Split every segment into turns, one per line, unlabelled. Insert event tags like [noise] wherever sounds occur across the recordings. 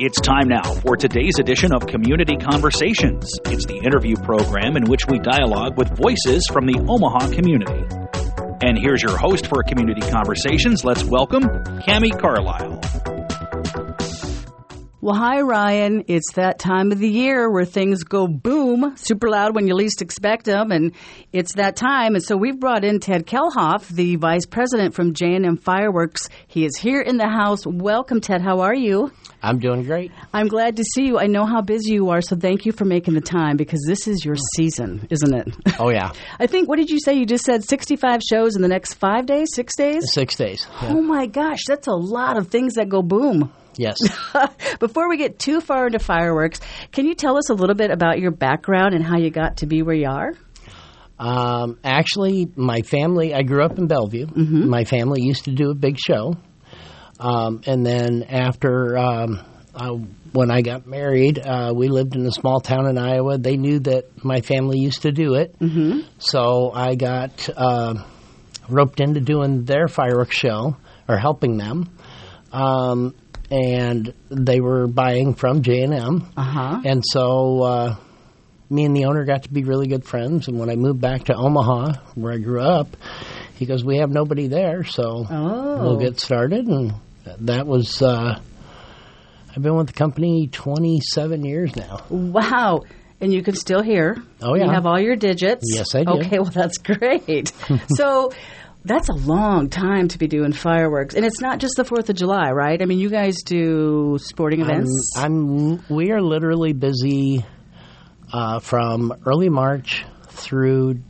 It's time now for today's edition of Community Conversations. It's the interview program in which we dialogue with voices from the Omaha community. And here's your host for Community Conversations. Let's welcome Cami Carlisle.
Well, hi, Ryan. It's that time of the year where things go boom, super loud when you least expect them, and it's that time. And so we've brought in Ted Kelhoff, the vice president from J&M Fireworks. He is here in the house. Welcome, Ted. How are you?
I'm doing great.
I'm glad to see you. I know how busy you are, so thank you for making the time because this is your season, isn't it?
Oh yeah,
I think, what did you say? You just said 65 shows in the next five days, six days?
six days. Yeah.
Oh my gosh, that's a lot of things that go boom.
Yes. [laughs]
[laughs] Before we get too far into fireworks, can you tell us a little bit about your background and how you got to be where you are?
Um, actually, my family. I grew up in Bellevue. My family used to do a big show, um, and then after um, I, when I got married, uh, we lived in a small town in Iowa. They knew that my family used to do it, mm-hmm. so I got uh, roped into doing their fireworks show or helping them. Um, and they were buying from J and M.
Uh-huh.
And so uh, me and the owner got to be really good friends. And when I moved back to Omaha, where I grew up, he goes, "We have nobody there, so
Oh.
we'll get started." And that was. Uh, I've been with the company 27 years now.
Wow. And you can still hear.
Oh, yeah.
You have all your digits.
Yes, I do.
Okay, well, that's
[laughs]
great. so that's a long time to be doing fireworks. And it's not just the 4th of July, right? I mean, you guys do sporting events.
I'm, I'm. We are literally busy uh, from early March through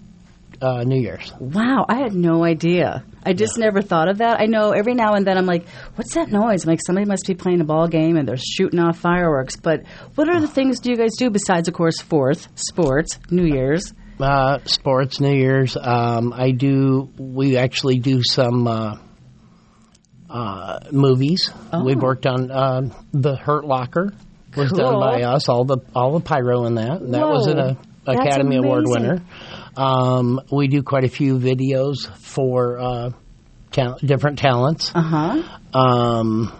uh, New Year's.
Wow, I had no idea. I just never thought of that. I know every now and then I'm like, what's that noise? I'm like, somebody must be playing a ball game and they're shooting off fireworks. But what are the things do you guys do besides, of course, Fourth, sports, New Year's?
Uh, sports, New Year's. Um, I do. We actually do some uh, uh, movies.
Oh.
We worked on um the Hurt Locker. Was
Cool.
done by us. All the all the pyro in that. That was
Whoa.
an uh,
That's
Academy Award
amazing.
winner. Um, we do quite a few videos for uh, tal- different talents.
Uh huh.
Um,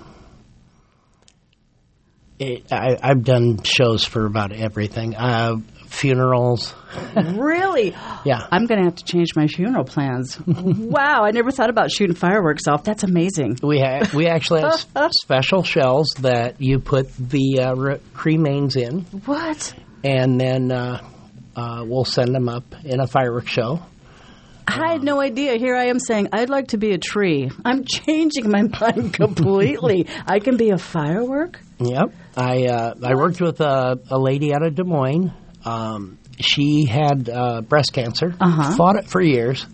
it, I, I've done shows for about everything. Uh, funerals.
really?
Yeah.
I'm going to have to change my funeral [laughs] plans. wow, I never thought about shooting fireworks off. That's amazing.
We ha- we actually have s- special shells that you put the uh, re- cremains in,
What?
and then uh, uh, we'll send them up in a fireworks show.
I had no idea. Here I am saying, I'd like to be a tree. I'm [laughs] changing my mind [laughs] completely. I can be a firework?
Yep, I uh, I worked with a, a lady out of Des Moines. Um, she had uh, breast cancer,
Uh-huh.
fought it for years,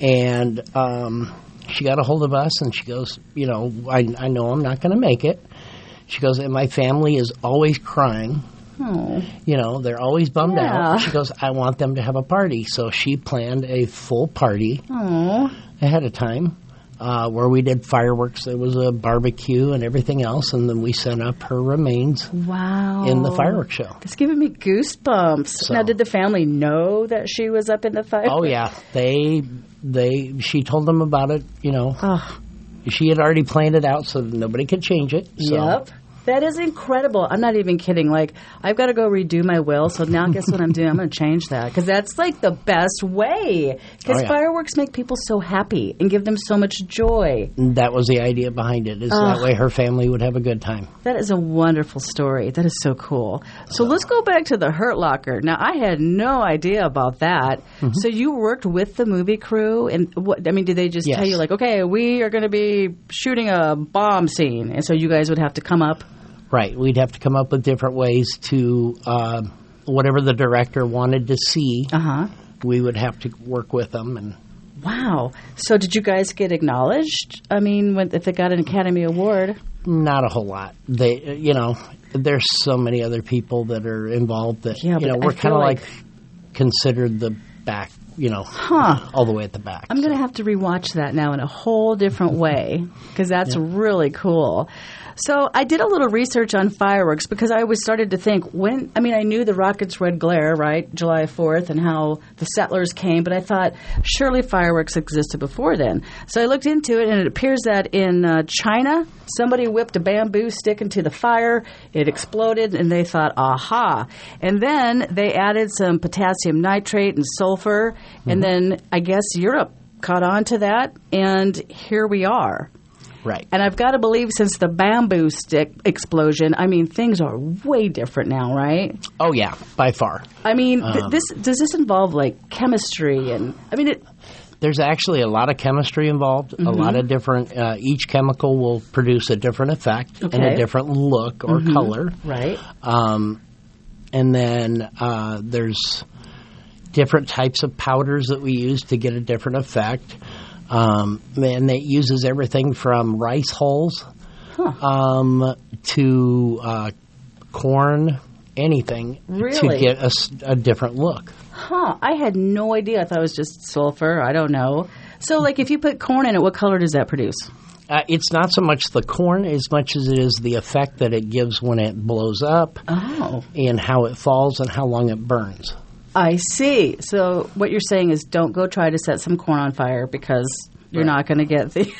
and um, she got a hold of us, and she goes, you know, I, I know I'm not going to make it. She goes, and my family is always crying.
Oh.
you know, they're always bummed
Yeah.
out. She goes, I want them to have a party. So she planned a full party
Oh.
ahead of time uh, where we did fireworks. There was a barbecue and everything else. And then we sent up her remains
Wow.
in the fireworks show.
It's giving me goosebumps. Now, did the family know that she was up in the fire? [laughs]
Oh, yeah. They, they, she told them about it, you know.
Oh,
She had already planned it out so nobody could change it. So.
Yep. That is incredible. I'm not even kidding. Like, I've got to go redo my will. So now, guess what I'm doing? I'm going to change that because that's like the best way. Because
Oh, yeah.
fireworks make people so happy and give them so much joy.
That was the idea behind it, is that way her family would have a good time.
That is a wonderful story. That is so cool. So let's go back to the Hurt Locker. Now I had no idea about that. So you worked with the movie crew, and what? I mean, did they just
Yes.
tell you like, okay, we are going to be shooting a bomb scene, and so you guys would have to come up?
Right. We'd have to come up with different ways to uh, whatever the director wanted to see.
Uh huh.
We would have to work with them, and
Wow. So did you guys get acknowledged? I mean, when, if they got an Academy Award?
not a whole lot. They, uh, you know, there's so many other people that are involved that
Yeah,
you know
but I
we're kind
feel
of
like-
like, considered the back you know,
Huh.
all the way at the back.
I'm going to have to rewatch that now in a whole different way because that's really cool. So I did a little research on fireworks because I always started to think when I mean I knew the rockets' red glare, right, July 4th, and how the settlers came, but I thought surely fireworks existed before then. So I looked into it, and it appears that in uh, China, somebody whipped a bamboo stick into the fire, it exploded, and they thought, aha. And then they added some potassium nitrate and sulfur, and then I guess Europe caught on to that, and here we are.
right.
And I've got to believe since the bamboo stick explosion, I mean, things are way different now, right?
oh yeah, by far.
I mean, th- this does this involve like chemistry and I mean, it,
There's actually a lot of chemistry involved. A
Mm-hmm.
lot of different. Uh, each chemical will produce a different effect and
Okay. Mm-hmm.
a different look or color.
right?
Um, and then uh, there's different types of powders that we use to get a different effect. Um, and it uses everything from rice hulls um, to uh, corn, anything
Really?
to get a, s- a different look.
Huh? I had no idea. I thought it was just sulfur. I don't know. So, like, if you put corn in it, what color does that produce?
Uh, it's not so much the corn as much as it is the effect that it gives when it blows up
Oh,
and how it falls and how long it burns.
I see. So, what you're saying is, don't go try to set some corn on fire because you're not going to get the. [laughs]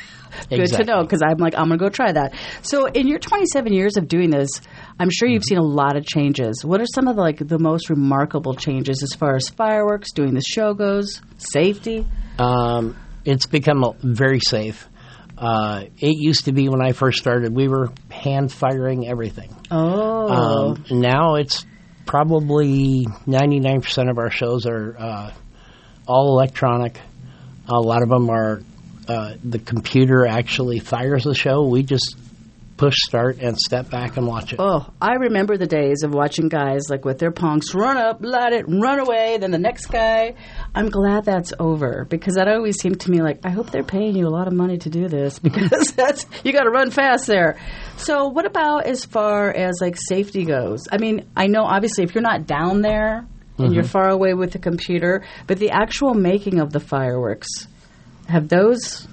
Good
Exactly.
to know because I'm like I'm gonna go try that. So in your 27 years of doing this, I'm sure
Mm-hmm.
you've seen a lot of changes. What are some of the, like the most remarkable changes as far as fireworks, doing the show goes, safety?
Um, it's become a- very safe. Uh, it used to be when I first started, we were hand firing everything.
Oh,
Um, now it's probably 99% of our shows are uh, all electronic. A lot of them are uh, the computer actually fires the show. We just push start and step back and watch it.
Oh, I remember the days of watching guys like with their punks run up, light it, run away, then the next guy. I'm glad that's over because that always seemed to me like I hope they're paying you a lot of money to do this [laughs] because that's you got to run fast there. So, what about as far as like safety goes? I mean, I know obviously if you're not down there and you're far away with the computer, but the actual making of the fireworks have those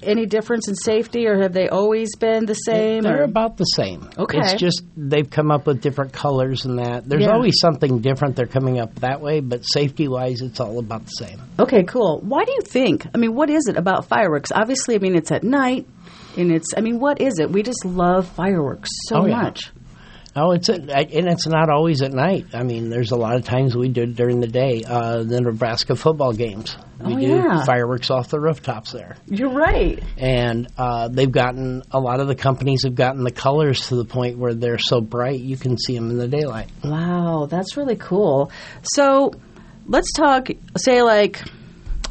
any difference in safety or have they always been the same?
They're
or-
about the same.
Okay.
It's just they've come up with different colors and that. There's
Yeah.
always something different they're coming up that way, but safety wise, it's all about the same.
Okay, cool. Why do you think? I mean, what is it about fireworks? Obviously, I mean, it's at night, and it's. I mean, what is it? We just love fireworks so
Oh, yeah.
much.
Oh, it's at, and it's not always at night. I mean, there's a lot of times we do it during the day. Uh, the Nebraska football games, we
Oh,
do
yeah.
fireworks off the rooftops there,
You're right.
and uh, they've gotten a lot of the companies have gotten the colors to the point where they're so bright you can see them in the daylight.
Wow, that's really cool. So, let's talk. Say, like,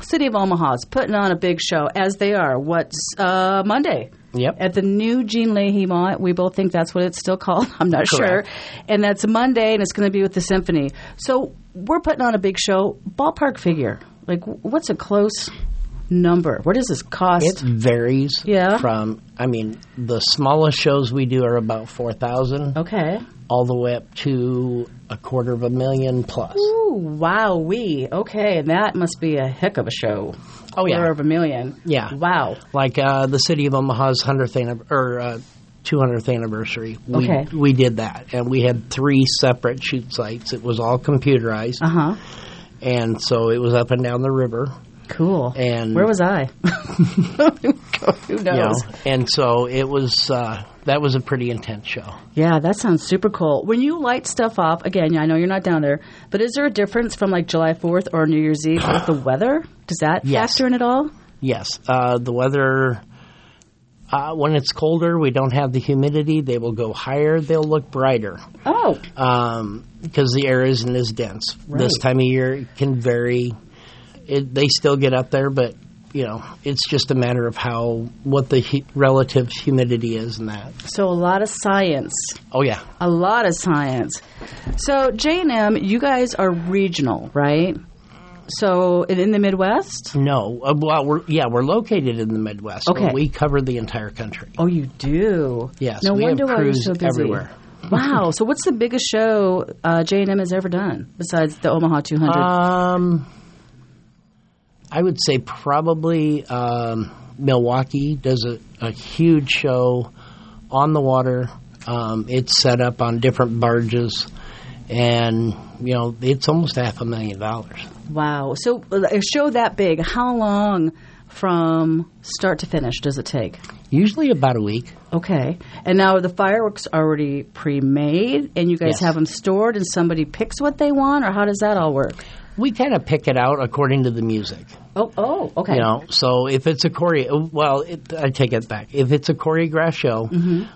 City of Omaha's putting on a big show as they are. What's uh, Monday?
Yep.
At the new Jean Leahy Mall, we both think that's what it's still called. [laughs] I'm not
Correct.
sure. And that's Monday, and it's going to be with the symphony. So we're putting on a big show. Ballpark figure, like w- what's a close number? What does this cost?
It varies
Yeah.
from. I mean, the smallest shows we do are about four thousand,
okay.
all the way up to a quarter of a million plus.
Ooh, wow, we okay, and that must be a heck of a show.
Oh, yeah.
Quarter of a million.
Yeah.
Wow.
like uh, the city of Omaha's hundredth annib- or uh, 200th anniversary. We,
Okay.
we did that, and we had three separate shoot sites. It was all computerized,
Uh huh.
and so it was up and down the river.
Cool.
And-
where was I? Who knows?
You know, and so it was. Uh, that was a pretty intense show.
Yeah, that sounds super cool. When you light stuff off, again, I know you're not down there, but is there a difference from like July 4th or New Year's Eve with the weather? Does that
Yes.
factor in at all?
Yes, uh, the weather. Uh, when it's colder, we don't have the humidity. They will go higher. They'll look brighter.
Oh,
because the air isn't as dense. This
Right.
time of year it can vary. It, they still get up there, but you know it's just a matter of how what the hu- relative humidity is and that.
so a lot of science.
Oh yeah,
A lot of science. So, J&M, you guys are regional, right? So, in in the Midwest?
no. Uh, well, we're yeah we're located in the Midwest. but
Okay.
we cover the entire country.
Oh, you do.
Yes,
No
we have
wonder why you're
crews
so busy.
everywhere.
[laughs] wow. So, what's the
Uh,
biggest show uh, J&M has ever done besides the Omaha 200?
Um, I would say probably um, Milwaukee does a, a huge show on the water. Um, it's set up on different barges, and you know it's almost half a million dollars.
Wow. So uh, a show that big, how long from start to finish does it take?
Usually about a week.
Okay. And now are the fireworks already pre-made and you guys
Yes.
have them stored and somebody picks what they want or how does that all work?
We kind of pick it out according to the music,
Oh, oh, okay.
you know. So if it's a choreo, well, it, I take it back. If it's a choreographed show,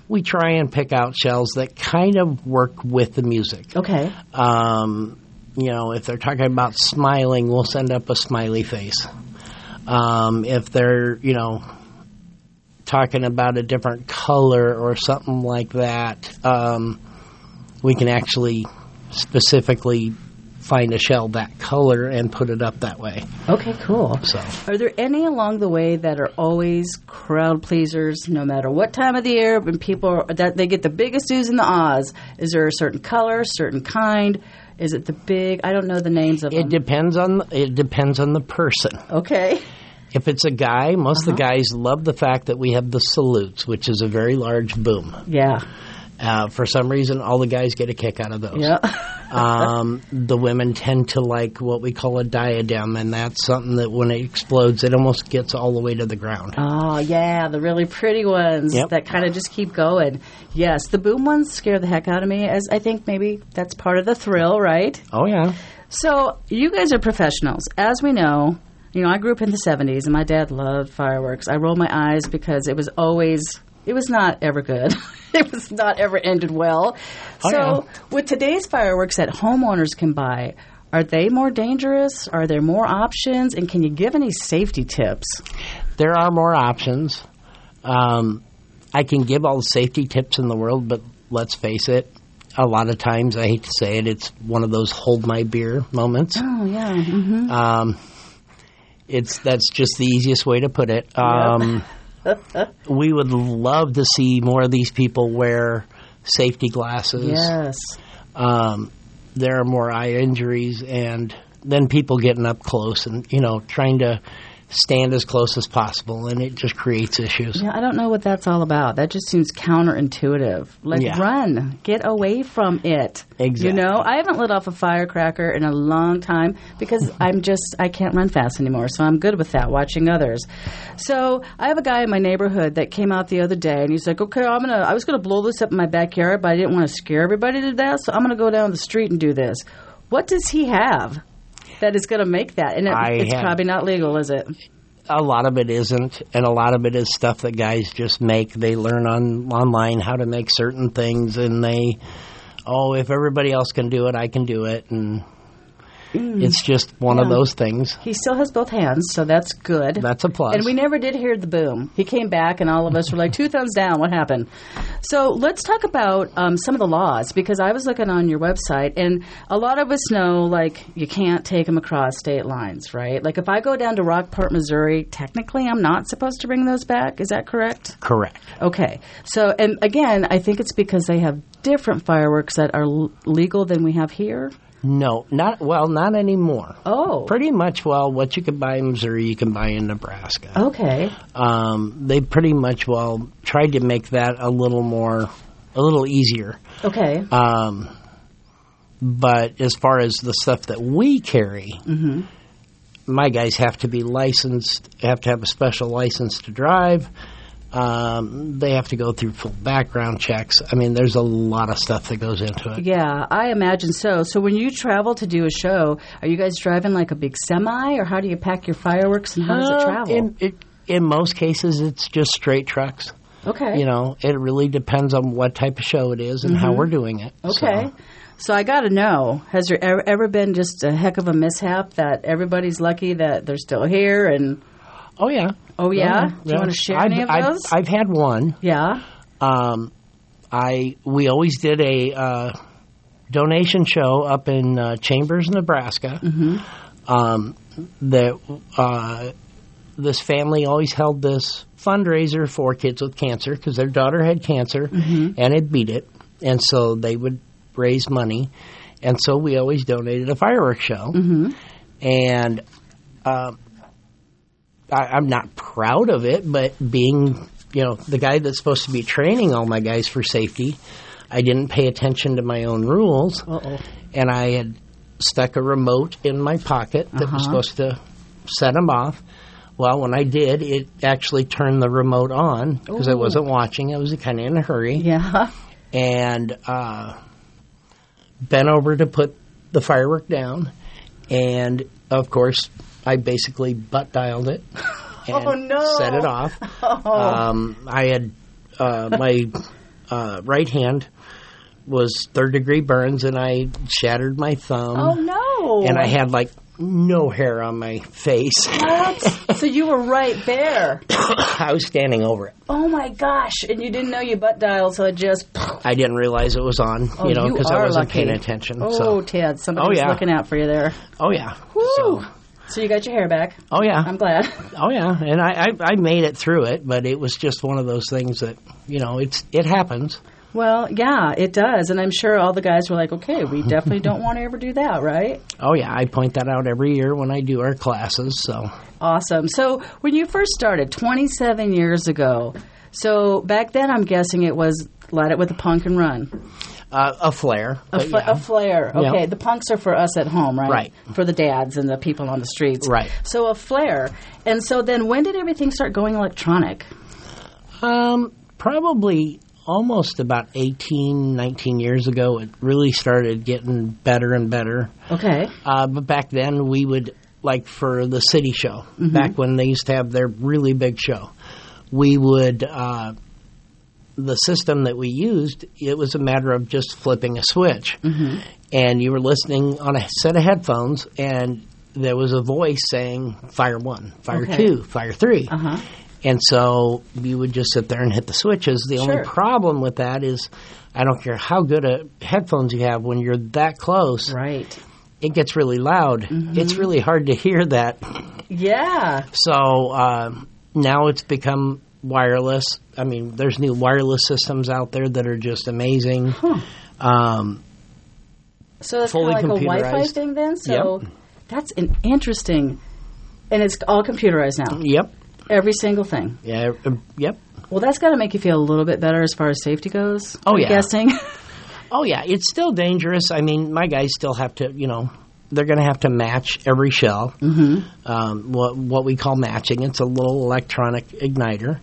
we try and pick out shells that kind of work with the music.
Okay.
Um, you know, if they're talking about smiling, we'll send up a smiley face. Um, if they're, you know, talking about a different color or something like that, um, we can actually specifically find a shell that color and put it up that way.
Okay, cool.
So.
Are there any along the way that are always crowd pleasers, no matter what time of the year? When people are, that they get the biggest oohs and the ahs. Is there a certain color, certain kind? Is it the big? I don't know the names of them.
It depends on it depends on the person.
okay,
If it's a guy, most of the guys love the fact that we have the salutes, which is a very large boom.
yeah,
Uh, for some reason, all the guys get a kick out of those.
yeah,
um, the women tend to like what we call a diadem, and that's something that when it explodes, it almost gets all the way to the ground.
oh yeah, the really pretty ones
Yep.
that kind of just keep going. Yes, the boom ones scare the heck out of me. As I think maybe that's part of the thrill, right?
Oh yeah,
So you guys are professionals, as we know. You know, I grew up in the '70s, and my dad loved fireworks. I roll my eyes because it was always it was not ever good. [laughs] it was not ever ended well.
Oh,
so
yeah.
with today's fireworks that homeowners can buy. Are they more dangerous? Are there more options? And can you give any safety tips?
there are more options. Um, I can give all the safety tips in the world, but let's face it, a lot of times I hate to say it, it's one of those hold my beer moments.
Oh yeah, hmm
Um, it's that's just the easiest way to put it. [laughs] Um, we would love to see more of these people wear safety glasses.
yes,
Um, there are more eye injuries, and then people getting up close and you know trying to stand as close as possible, and it just creates issues.
yeah. I don't know what that's all about. That just seems counterintuitive. Like
Yeah.
run, get away from it. You
Exactly.
know, I haven't lit off a firecracker in a long time because
[laughs]
I'm just I can't run fast anymore. So I'm good with that. Watching others. So I have a guy in my neighborhood that came out the other day and he's like, "Okay, I'm gonna I was gonna blow this up in my backyard, but I didn't want to scare everybody to death, so I'm gonna go down the street and do this." What does he have that is gonna make that? And it,
I
it's
have-
probably not legal, is it?
A lot of it isn't, and a lot of it is stuff that guys just make. They learn on online how to make certain things, and they oh, if everybody else can do it, I can do it, and it's just one of
Mm. Yeah.
those things.
He still has both hands, so that's good.
That's a plus.
And we never did hear the boom. He came back, and all of us were like, two thumbs down, what happened? So let's talk about um, some of the laws, because I was looking on your website, and a lot of us know, like, you can't take them across state lines, right? Like, if I go down to Rockport, Missouri, technically I'm not supposed to bring those back. Is that correct?
Correct.
Okay. So, and again, I think it's because they have different fireworks that are l- legal than we have here.
No, not well, not anymore.
Oh.
Pretty much, well, what you can buy in Missouri, you can buy in Nebraska.
Okay.
Um, they pretty much, well, tried to make that a little more, a little easier.
Okay.
Um, but as far as the stuff that we carry, my guys have to be licensed, have to have a special license to drive. Um, they have to go through full background checks. I mean, there's a lot of stuff that goes into it.
Yeah, I imagine so. So when you travel to do a show, are you guys driving like a big semi, or how do you pack your fireworks and how does it
Uh,
travel?
In, it, in most cases, it's just straight trucks.
okay, Mm-hmm.
You know, it really depends on what type of show it is and how we're doing it.
okay.
So,
So, I got to know: has there ever, ever been just a heck of a mishap that everybody's lucky that they're still here? And
oh yeah.
oh yeah, do you want to share
I've,
any of
I've-
those?
I've had one.
yeah.
Um, I we always did a uh, donation show up in uh, Chambers, Nebraska. Um, that uh, this family always held this fundraiser for kids with cancer because their daughter had cancer and had beat it, and so they would raise money, and so we always donated a fireworks show, and. Um, I, I'm not proud of it, but being you know the guy that's supposed to be training all my guys for safety, I didn't pay attention to my own rules,
Uh-oh.
and I had stuck a remote in my pocket that was supposed to set them off. Well, when I did, it actually turned the remote on because I
Ooh.
wasn't watching. I was kind of in a hurry Mm.
Yeah.
and uh, bent over to put the firework down. And of course, I basically butt
[laughs]
dialed it and
Oh, no. Oh.
set it off. Um, I had uh, my uh, right hand was third degree burns, and I shattered my thumb.
Oh no.
And I had like no hair on my face. [laughs]
What? so you were right there.
I was standing over it.
Oh my gosh! And you didn't know you butt dialed, so it just.
I didn't realize it was on, you know,
Oh, you
because I
are
wasn't paying
lucky.
attention.
Oh,
so,
Ted, somebody
Oh,
was
yeah.
looking out for you there.
oh yeah.
Woo!
So,
So you got your hair back.
oh yeah.
I'm
[laughs]
glad.
Oh yeah, and I, I I made it through it, but it was just one of those things that you know it's it happens.
Well, yeah, it does, and I'm sure all the guys were like, "Okay,
[laughs]
we definitely don't want to ever do that, right?"
Oh yeah, I point that out every year when I do our classes. So
Awesome. So when you first started 27 years ago, so back then I'm guessing it was light it with a punk and run,
uh, a flare,
a,
but
fl-
yeah.
a flare.
Yeah.
Okay, the punks are for us at home, right?
Right.
For the dads and the people on the streets,
Right.
So a flare, and so then when did everything start going electronic?
um, probably almost about 18, 19 years ago, it really started getting better and better.
Okay.
Uh, but back then, we would like for the city show.
Mm-hmm.
Back when they used to have their really big show, we would uh, the system that we used. It was a matter of just flipping a switch,
Mm-hmm.
and you were listening on a set of headphones, and there was a voice saying "Fire one, fire
Okay.
two, fire 3
Uh-huh.
And so you would just sit there and hit the switches. The
Sure.
only problem with that is, I don't care how good a headphones you have when you're that close
Right.
it gets really loud. It's really hard to hear that.
Yeah.
So um, now it's become wireless. I mean, there's new wireless systems out there that are just amazing. Um,
So it's kind
Fully
of like a Wi-Fi
computerized.
thing then. So that's an interesting, and it's all computerized now.
yep.
Every single thing.
Yeah. um, Yep.
Well, that's got to make you feel a little bit better as far as safety goes.
Oh,
I'm
yeah.
guessing. [laughs]
Oh yeah. It's still dangerous. I mean, my guys still have to. You know, they're going to have to match every shell. Mm-hmm. Um, what what we call matching. It's a little electronic igniter,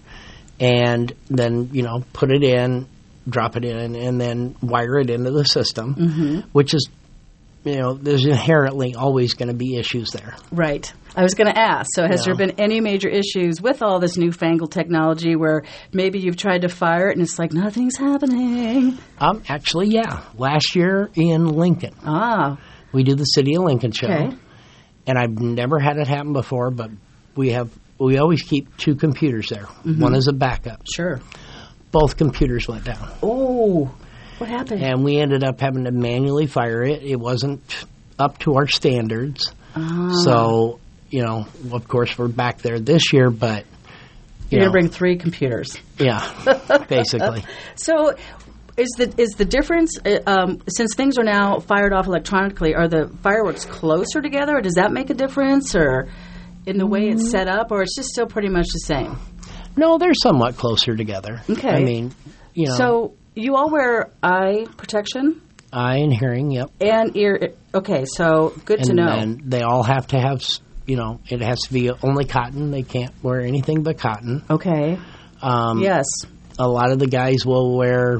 and then you know put it in, drop it in, and then wire it into the system, which is. You know, there's inherently always going to be issues there.
right. I was going to ask. So, has
Yeah.
there been any major issues with all this newfangled technology where maybe you've tried to fire it and it's like nothing's happening?
Um, actually, yeah. Last year in Lincoln,
Ah,
we did the City of Lincoln show,
Okay.
and I've never had it happen before. But we have we always keep two computers there.
Mm-hmm.
One is a backup.
sure.
Both computers went down,
Oh, what happened?
and we ended up having to manually fire it. It wasn't up to our standards,
Uh-huh. Ah.
so you know, of course, we're back there this year. But you
You're going
know,
to bring three computers.
[laughs] yeah,
[laughs]
basically.
So, is the is the difference uh, um, since things are now fired off electronically? Are the fireworks closer together, or does that make a difference, or in the way it's set up, or it's just still pretty much the same?
No, they're somewhat closer together.
Okay.
I mean, you know,
So you all wear eye protection
eye and hearing. Yep.
and ear. Okay, so good to
and
know.
then they all have to have s- you know it has to be only cotton they can't wear anything but cotton
okay.
um,
yes.
a lot of the guys will wear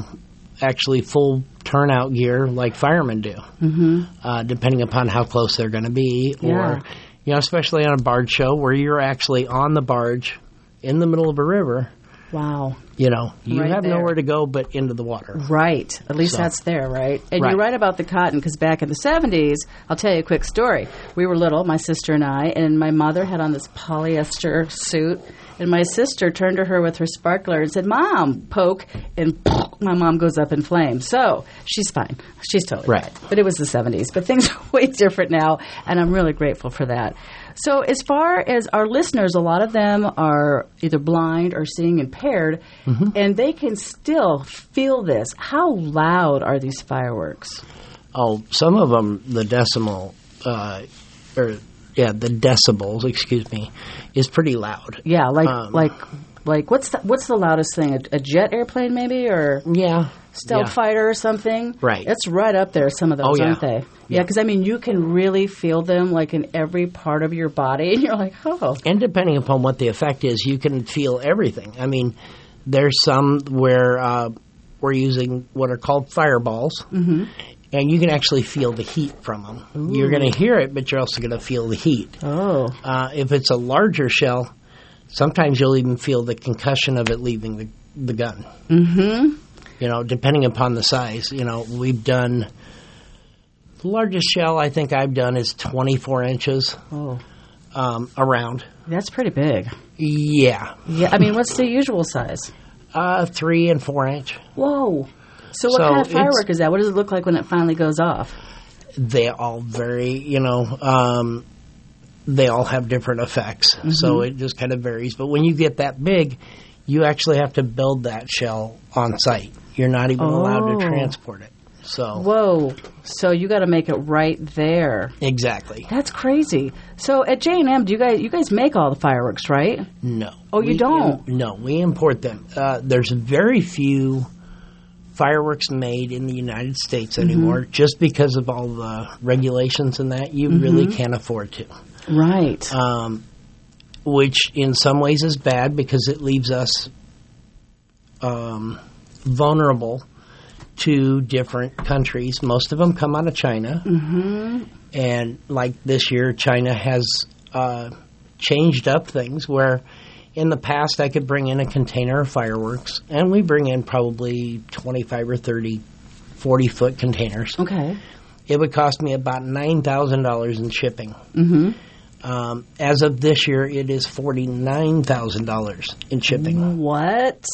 actually full turnout gear like firemen do mm-hmm. uh, depending upon how close they're going to be
Yeah.
or you know especially on a barge show where you're actually on the barge in the middle of a river
Wow.
you know you
Right
have
there.
nowhere to go but into the water
Right. At least
So-
that's there, right? And
Right.
you're right about the cotton because back in the 70s, I'll tell you a quick story. We were little, my sister and I, and my mother had on this polyester suit. And my sister turned to her with her sparkler and said, Mom, poke. And [laughs] my mom goes up in flames. So she's fine. She's totally
Right.
fine. But it was the 70s. But things [laughs] are way different now. And I'm really grateful for that. So, as far as our listeners, a lot of them are either blind or seeing impaired,
Mm-hmm.
and they can still feel this. How loud are these fireworks?
oh some of them the decimal uh, or yeah, the decibels, excuse me, is pretty loud.
Yeah, like
Um,
like like what's the, what's the loudest thing? A, a jet airplane maybe or
Yeah.
stealth
yeah.
fighter or something.
Right.
It's right up there. Some of those,
Oh, yeah.
aren't they? Yeah, because I mean, you can really feel them like in every part of your body, [laughs] and you're like, oh,
And depending upon what the effect is, you can feel everything. I mean, there's some where uh, we're using what are called fireballs, mm-hmm. and you can actually feel the heat from them. You're going to hear it, but you're also going to feel the heat.
oh,
Uh, if it's a larger shell, sometimes you'll even feel the concussion of it leaving the, the gun. Mm-hmm. You know, depending upon the size. You know, we've done the largest shell I think I've done is 24 inches
oh,
um, around.
that's pretty big.
Yeah,
Yeah, I mean, what's the usual size?
uh, three and four inch.
Whoa. So what
So
kind of firework
it's-
is that? What does it look like when it finally goes off?
They all vary. You know, um, they all have different effects, so it just kind of varies. But when you get that big, you actually have to build that shell on site. You're not even allowed to
Oh.
transport it. So
Whoa. So you got to make it right there.
exactly,
That's crazy. So at J and M, do you guys you guys make all the fireworks, right?
no.
Oh, you
We im-
don't?
no, we import them. Uh, there's very few fireworks made in the United States anymore, just because of all the regulations and that. You really can't afford to.
Right.
um, which in some ways is bad because it leaves us um, vulnerable to different countries. Most of them come out of China, mm-hmm. and like this year, China has uh, changed up things where. In the past, I could bring in a container of fireworks, and we bring in probably 25 or 30 40 foot containers
okay.
it would cost me about nine thousand dollars in shipping. Mm-hmm. Um, as of this year, it is forty nine thousand dollars in shipping.
Mm-hmm. What?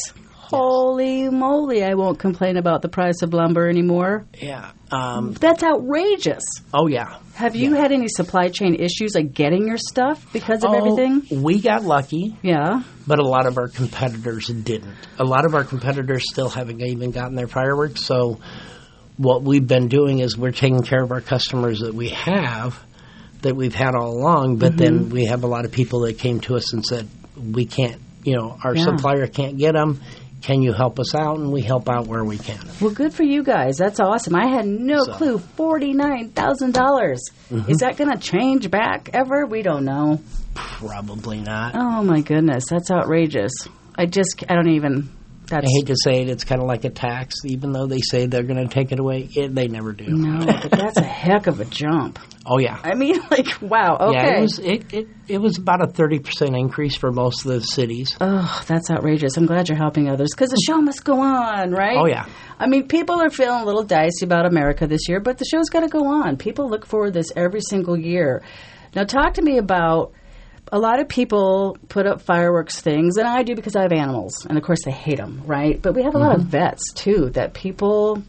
Holy moly! I won't complain about the price of lumber anymore.
Yeah. Um,
That's outrageous.
oh yeah.
Have you had any supply chain issues like getting your stuff because of
oh,
everything?
We got lucky,
Yeah.
but a lot of our competitors didn't. A lot of our competitors still haven't even gotten their fireworks. So, what we've been doing is we're taking care of our customers that we have, that we've had all
Mm-hmm.
along. But then we have a lot of people that came to us and said, "We can't, you know, our
Yeah.
supplier can't get them. Can you help us out?" And we help out where we can.
Well, good for you guys. That's awesome. I had no
So- Mm-hmm.
clue. Forty nine thousand dollars. Is that going to change back ever? We don't know.
Probably not.
Oh my goodness, that's outrageous. I just I don't even. That's
I hate to say it, it's kind of like a tax. Even though they say they're going to take it away, it, they never do.
no, but that's a heck of a jump.
Oh yeah.
I mean, [laughs] like wow. Okay.
Yeah, it was it, it, it was about a thirty percent increase for most of the cities.
Oh, that's outrageous. I'm glad you're helping others because the show must go on, right?
Oh, yeah.
I mean, people are feeling a little dicey about America this year, but the show's got to go on. People look forward to this every single year. Now, talk to me about a lot of people put up fireworks things, and I do because I have animals, and of course they hate them, right? But we have a lot
Mm-hmm.
of vets too that people.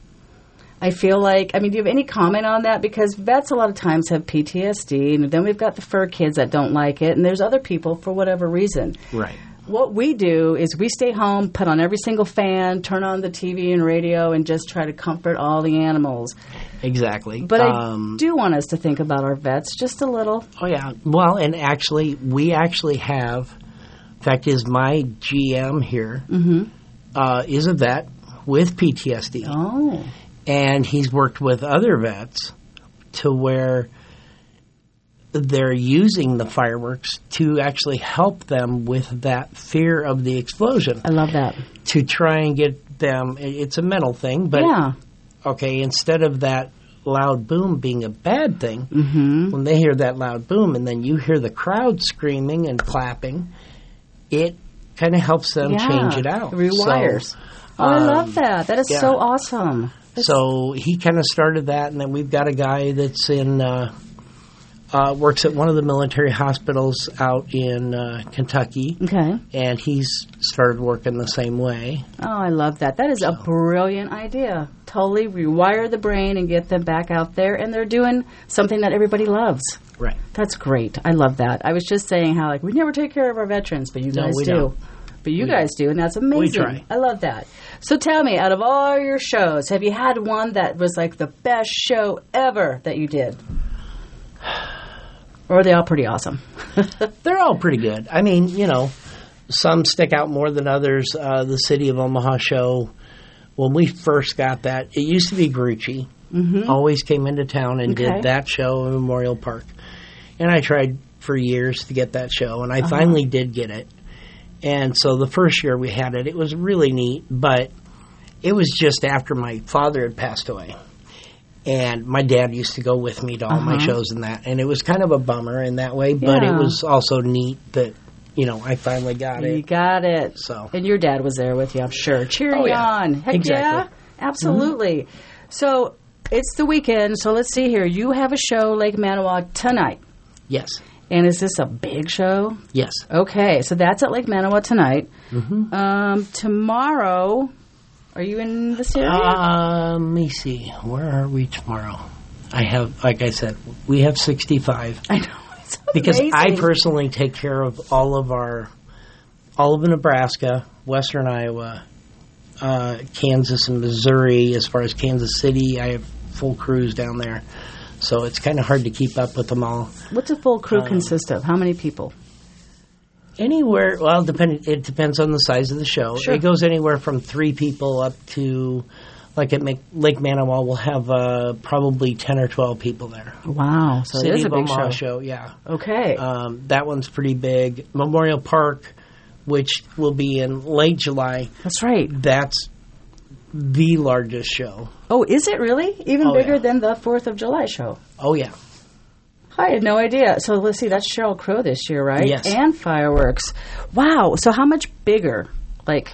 I feel like, I mean, do you have any comment on that? Because vets a lot of times have PTSD, and then we've got the fur kids that don't like it, and there's other people for whatever reason.
Right.
What we do is we stay home, put on every single fan, turn on the TV and radio, and just try to comfort all the animals.
Exactly.
But I
um,
do want us to think about our vets just a little.
oh yeah. Well, and actually, we actually have. In fact, is my GM here is uh, is a vet with PTSD.
Mm-hmm. Oh,
and he's worked with other vets to where they're using the fireworks to actually help them with that fear of the explosion
I love that.
to try and get them i- it's a mental thing but
yeah.
okay instead of that loud boom being a bad thing
Mm-hmm.
when they hear that loud boom and then you hear the crowd screaming and clapping it kind of helps them
yeah.
change it out So- um,
Rewires. oh, I love that. That is
yeah.
so awesome.
so he kind of started that, and then we've got a guy that's in uh, uh, works at one of the military hospitals out in uh, Kentucky,
Okay.
and he's started working the same way.
Oh, I love that. That is a brilliant idea. Totally rewire the brain and get them back out there, and they're doing something that everybody loves.
Right.
That's great. I love that. I was just saying how like we never take care of our veterans, but you
No,
guys
we
do.
don't.
But you guys do, and that's amazing.
try.
I love that. So tell me, out of all your shows, have you had one that was like the best show ever that you did? [sighs] Or are they all pretty awesome?
They're all pretty good. I mean, you know, some stick out more than others. Uh, the City of Omaha show, when we first got that, it used to be Grucci. Always came into town and
Okay.
did that show in Memorial Park. And I tried for years to get that show, and I finally did get it. And so the first year we had it, it was really neat, but it was just after my father had passed away. And my dad used to go with me to all my shows and that. And it was kind of a bummer in that way, but it
Yeah.
was also neat that, you know, I finally got
You
it.
got it.
So.
and your dad was there with you, I'm sure, cheering
Oh, yeah.
on. Heck
Exactly. Mm-hmm.
yeah, absolutely. So it's the weekend. So let's see here. You have a show, Lake Manawa tonight,
Yes.
and is this a big show?
Yes.
Okay, so that's at Lake Manawa tonight.
Mm-hmm.
Um, tomorrow, are you in this area?
Um, let me see. Where are we tomorrow? I have, like I said, we have 65.
[laughs] I know. It's
Because I
amazing.
personally take care of all of our, all of Nebraska, Western Iowa, uh, Kansas, and Missouri. As far as Kansas City, I have full crews down there. So it's kind of hard to keep up with them all.
What's a full
Oh.
crew consist of? How many people?
Anywhere, well, depend, it depends on the size of the show.
Sure.
It goes anywhere from three people up to, like at Mc, Lake Manawa, we'll have uh, probably 10 or 12 people there.
Wow, so it is a
of
big
Omaha
show.
yeah.
Okay,
Um, that one's pretty big. Memorial Park, which will be in late July,
that's right.
that's the largest show.
Oh, is it really even
Oh,
bigger
yeah.
than the Fourth of July show?
Oh, yeah.
I had no idea. So let's see, that's Cheryl Crow this year, right?
Yes.
And fireworks. Wow. So how much bigger? Like,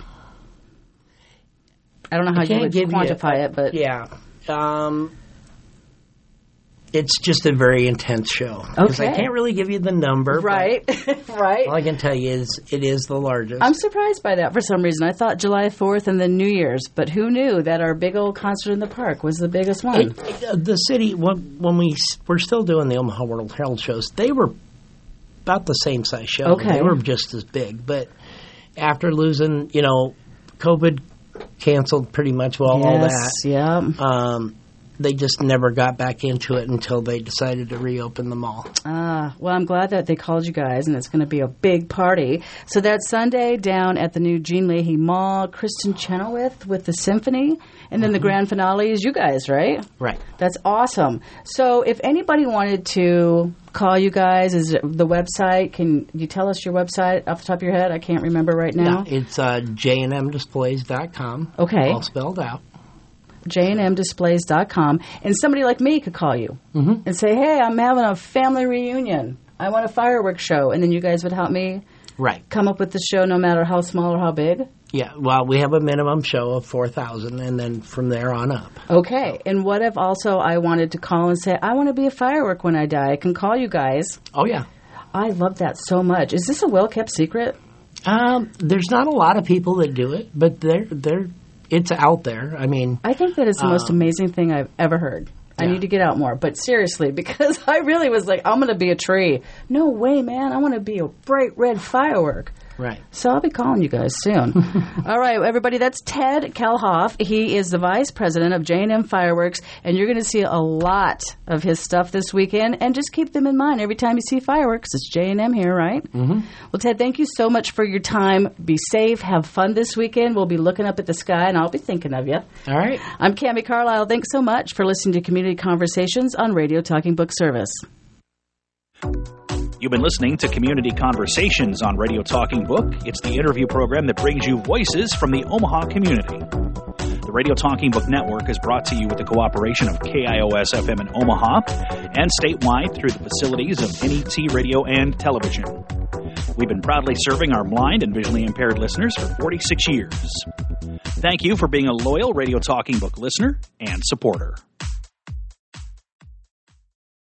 I don't know how you
can't
would
give you-
quantify it, but
Yeah. Um, it's just a very intense show. 'Cause I
Okay.
can't really give you the number. but
right, [laughs] right.
All I can tell you is it is the largest.
I'm surprised by that for some reason. I thought July 4th and then New Year's, but who knew that our big old concert in the park was the biggest one?
It- it- [laughs] uh, the city when, when we s- were still doing the Omaha World Herald shows, they were about the same size show.
Okay.
they were just as big. But after losing, you know, COVID canceled pretty much well all
yes,
that.
yeah.
Um, they just never got back into it until they decided to reopen the mall.
Ah, well, I'm glad that they called you guys, and it's going to be a big party. So that's Sunday down at the new Jean Leahy Mall. Kristen Chenoweth with the symphony, and then the grand finale is you guys, right?
Right.
That's awesome. So if anybody wanted to call you guys, is it the website? Can you tell us your website off the top of your head? I can't remember right now.
It's uh, jnmdisplays.com.
Okay.
All spelled out.
jnmdisplays.com, and somebody like me could call you and say, "Hey, I'm having a family reunion. I want a fireworks show," and then you guys would help me.
Right.
come up with the show no matter how small or how big?
Yeah. Well, we have a minimum show of 4,000, and then from there on up.
Okay. And what if also I wanted to call and say, I want to be a firework when I die? I can call you guys.
Oh, yeah.
I love that so much. Is this a well kept secret?
Um, there's not a lot of people that do it, but they're they're it's out there. I mean,
I think that it's the most
Um,
amazing thing I've ever heard. I need to get out more, but seriously, [laughs] because I really was like, I'm going to be a tree. No way, man. I want to be a bright red firework.
right?
So I'll be calling you guys soon. All right, everybody. That's Ted Kalhoff. He is the vice president of J&M Fireworks, and you're going to see a lot of his stuff this weekend. And just keep them in mind every time you see fireworks. It's J&M here, right? Mm-hmm. Well, Ted, thank you so much for your time. Be safe. Have fun this weekend. We'll be looking up at the sky, and I'll be thinking of you.
All right.
I'm Cami Carlisle. Thanks so much for listening to Community Conversations on Radio Talking Book Service.
You've been listening to Community Conversations on Radio Talking Book. It's the interview program that brings you voices from the Omaha community. The Radio Talking Book Network is brought to you with the cooperation of KIOS FM in Omaha and statewide through the facilities of NET Radio and Television. We've been proudly serving our blind and visually impaired listeners for 46 years. Thank you for being a loyal Radio Talking Book listener and supporter.